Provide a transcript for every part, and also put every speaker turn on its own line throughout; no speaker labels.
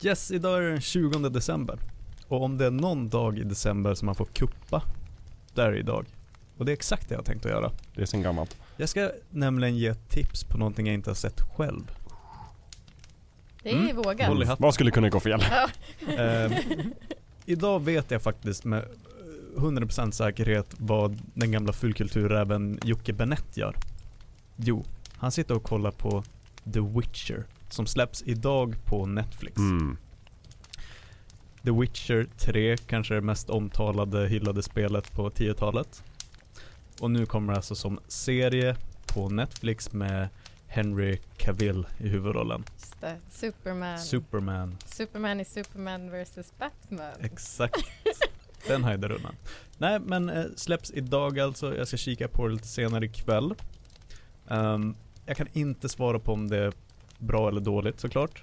Yes, idag är det den 20 december. Och om det är någon dag i december som man får kuppa, där är det idag. Och det är exakt det jag tänkte göra.
Det är sen gammalt.
Jag ska nämligen ge ett tips på någonting jag inte har sett själv.
Det är
Mm.
vågat.
Håll i hatten.
Vad skulle kunna gå fel?
Eh, idag vet jag faktiskt med eh, 100% säkerhet vad den gamla fullkulturräven Jocke Benett gör. Jo, han sitter och kollar på The Witcher, som släpps idag på Netflix.
Mm.
The Witcher 3, kanske det mest omtalade, hyllade spelet på 10-talet. Och nu kommer det alltså som serie på Netflix med Henry Cavill i huvudrollen.
Just det. Superman.
Superman,
Superman i Superman vs Batman.
exakt. Den höjde rullen. Nej, men eh, släpps idag alltså. Jag ska kika på det lite senare ikväll. Ehm, jag kan inte svara på om det är bra eller dåligt såklart.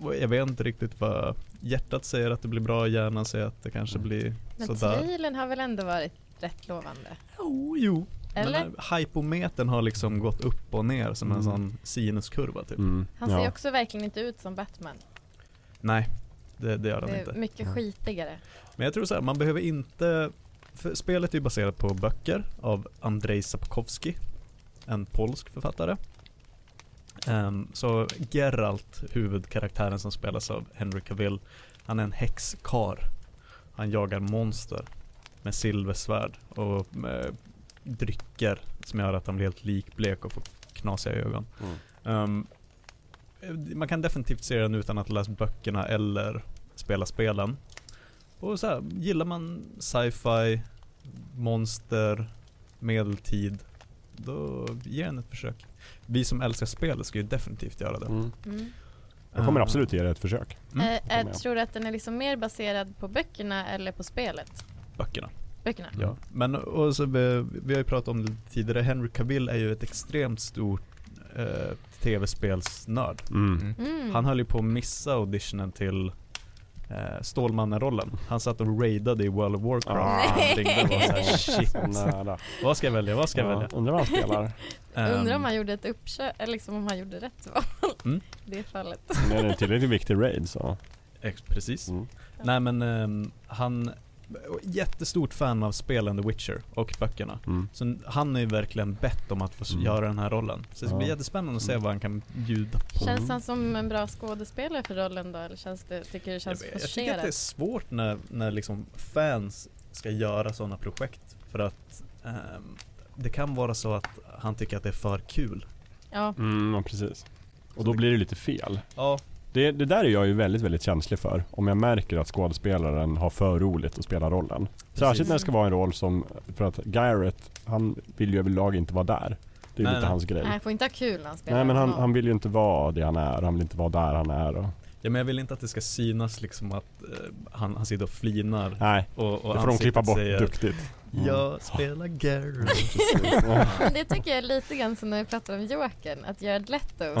Och Jag vet inte riktigt vad hjärtat säger att det blir bra, hjärnan säger att det kanske
Mm.
blir
Men
sådär.
trailern har väl ändå varit rätt lovande?
Jo, Oh, jo.
Eller?
Men eh, hypometern har liksom gått upp och ner som en
Mm.
sån sinuskurva typ.
Mm.
Han ser ju också verkligen inte ut som Batman.
Nej, det, det gör den
Det är
inte.
mycket
Nej.
skitigare.
Men jag tror så här, man behöver inte... För spelet är ju baserat på böcker av Andrzej Sapkowski, en polsk författare. Ehm, så Geralt, huvudkaraktären som spelas av Henry Cavill, han är en häxkar. Han jagar monster med silversvärd och med drycker som gör att han blir helt likblek och får knasiga ögon.
Mm.
Ehm, eh, man kan definitivt se den utan att läsa böckerna eller spela spelen. Och så här, gillar man sci-fi, monster, medeltid, då ge den ett försök. Vi som älskar spel ska ju definitivt göra det.
Mm. Ah.
Mm.
Jag kommer
Ehm,
absolut ge det ett försök.
Mm,
Eh,
håller
eh,
med.
tror du att den är liksom mer baserad på böckerna eller på spelet?
Böckerna.
Böckerna?
Ja. Men och så, vi, vi har ju pratat om det lite tidigare, Henry Cavill är ju ett extremt stort eh, tv-spelsnörd.
Mm.
Mm.
Han höll ju på att missa auditionen till eh, Stålmannen-rollen. Han satt och raidade i World of Warcraft.
Ah.
och allting. Det var så här,
Nej.
shit,
Så Nära.
vad ska jag välja, vad ska jag välja?
Ja, undrar vad han spelar.
Undrar om
Ehm,
han gjorde ett uppköp, eller liksom om han gjorde rätt val
Mm.
i det fallet.
Men är det en tillräckligt viktig raid så.
ex- Precis.
Mm.
Nej men ehm, han, jättestort fan av spelen The Witcher och böckerna.
Mm.
Så han har ju verkligen bett om att få s-
Mm.
göra den här rollen. Så det ska bli
Ja.
jättespännande att se
Mm.
vad han kan bjuda på.
Känns han som en bra skådespelare för rollen då? Eller känns det, tycker du det känns
jag, jag tycker att det är
forcerat?
svårt när, när liksom fans ska göra sådana projekt för att ehm, det kan vara så att han tycker att det är för kul.
Ja,
Mm, ja, precis. Och då blir det lite fel.
Ja,
Det, det där är jag ju väldigt, väldigt känslig för. Om jag märker att skådespelaren har för roligt att spela rollen. Särskilt när det ska vara en roll som, för att Garrett, han vill ju överlag inte vara där. Det är
Nej,
lite
nej.
hans grej.
nej, får inte ha kul när han spelar
Nej men han,
honom.
han vill ju inte vara det han är, han vill inte vara där han är och,
ja, men jag vill inte att det ska synas liksom att eh, han, han sitter och flinar
Nej,
och, och
det får de klippa
ansiktet
bort
säger,
duktigt Mm.
Jag spelar Garrett.
Ja.
Men det tycker jag är lite grann som när vi pratar om Jokern, att Jared Leto karaktär,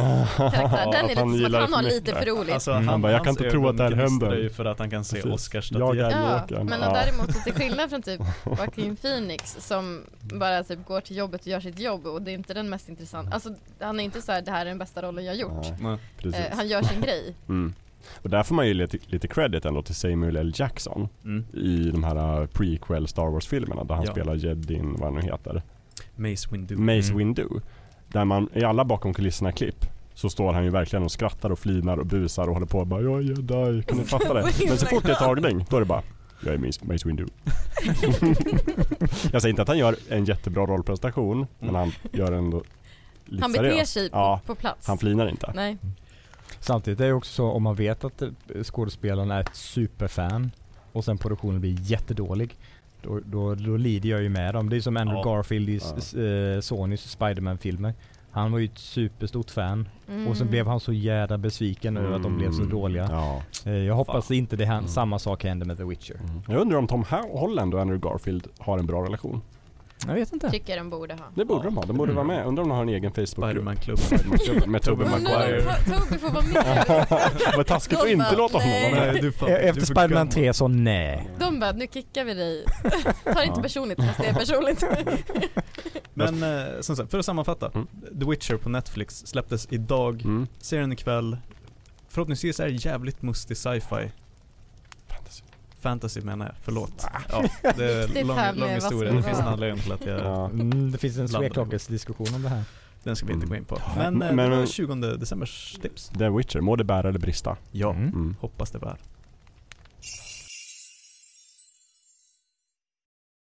Ah.
den
Att
är lite
han
som
gillar
att han
det
har
för
lite
mycket.
för roligt.
Alltså,
Mm.
han,
Han bara, jag
hans
kan inte tro att det här
ögon gnistrar
händer.
ju för att han kan se
Precis.
Oscarsstatyer.
Jag är-
Ja,
Jokern, Ah.
men
ja.
och däremot så till skillnad från typ Joaquin Phoenix som bara typ går till jobbet och gör sitt jobb och det är inte den mest intressanta, alltså han är inte så här det här är den bästa rollen jag har gjort.
Nej,
Nej.
precis.
Eh, han gör sin grej.
Mm. Och där får man ju lite, lite credit ändå till Samuel L. Jackson
Mm.
i de här äh, prequel Star Wars-filmerna där han
Ja.
spelar jedin, vad han nu heter,
Mace Windu.
Mace
Mm.
Windu. Där man, i alla bakom kulisserna-klipp så står han ju verkligen och skrattar och flinar och busar och håller på och bara Jag är jedi, kan ni fatta det? Men så fort det är tagning, då är det bara Jag är Mace, Mace Windu. jag säger inte att han gör en jättebra rollprestation, men
Mm.
han gör ändå lite
Han beter
seriöst.
sig på,
Ja,
på plats.
han flinar inte.
Nej.
Samtidigt är det också så om man vet att eh, skådespelaren är ett superfan och sen produktionen blir jättedålig. Då, då, då lider jag ju med dem. Det är som Andrew
Ja.
Garfield i s-
Ja.
s- eh, Sonys Spiderman-filmer. Han var ju ett superstort fan
Mm.
och sen blev han så jävla besviken över att de blev så
Mm.
dåliga.
Ja.
Eh, Jag hoppas inte det här,
Mm.
samma sak händer med The Witcher.
Jag undrar om Tom Ha- Holland och Andrew Garfield har en bra relation.
Jag vet inte.
Tycker den borde ha.
Det borde de ha, de borde
Mm.
vara med. Undrar om de har en egen Facebookgrupp.
Spiderman-klubb.
Spiderman-klubben Med Tobey
Tobey
Maguire.
Maguire.
To- Toby får vara med.
Vad taskigt att inte låta honom vara med.
Nej, du fan,
E-
du
Efter
är för
Spiderman
gammal.
3 så nej.
De bara, nu kickar vi dig. Ta det inte
Ja.
personligt fast det är personligt.
Men eh, som sagt, för att sammanfatta.
Mm.
The Witcher på Netflix släpptes idag,
Mm.
serien ikväll, förhoppningsvis är det jävligt mustig sci-fi.
Fantasy.
Fantasy menar jag, förlåt. Ja, det är
Viktigt
lång,
här med
lång
vad som
historia, det finns en
var.
anledning till att jag,
Ja.
Mm, det finns en
Blandade.
diskussion om det här.
den ska vi inte gå in på.
Mm.
Men, eh,
Men-
det var 20 decembers tips.
The Witcher, må det bära eller brista.
Ja,
Mm.
Mm.
hoppas det bär.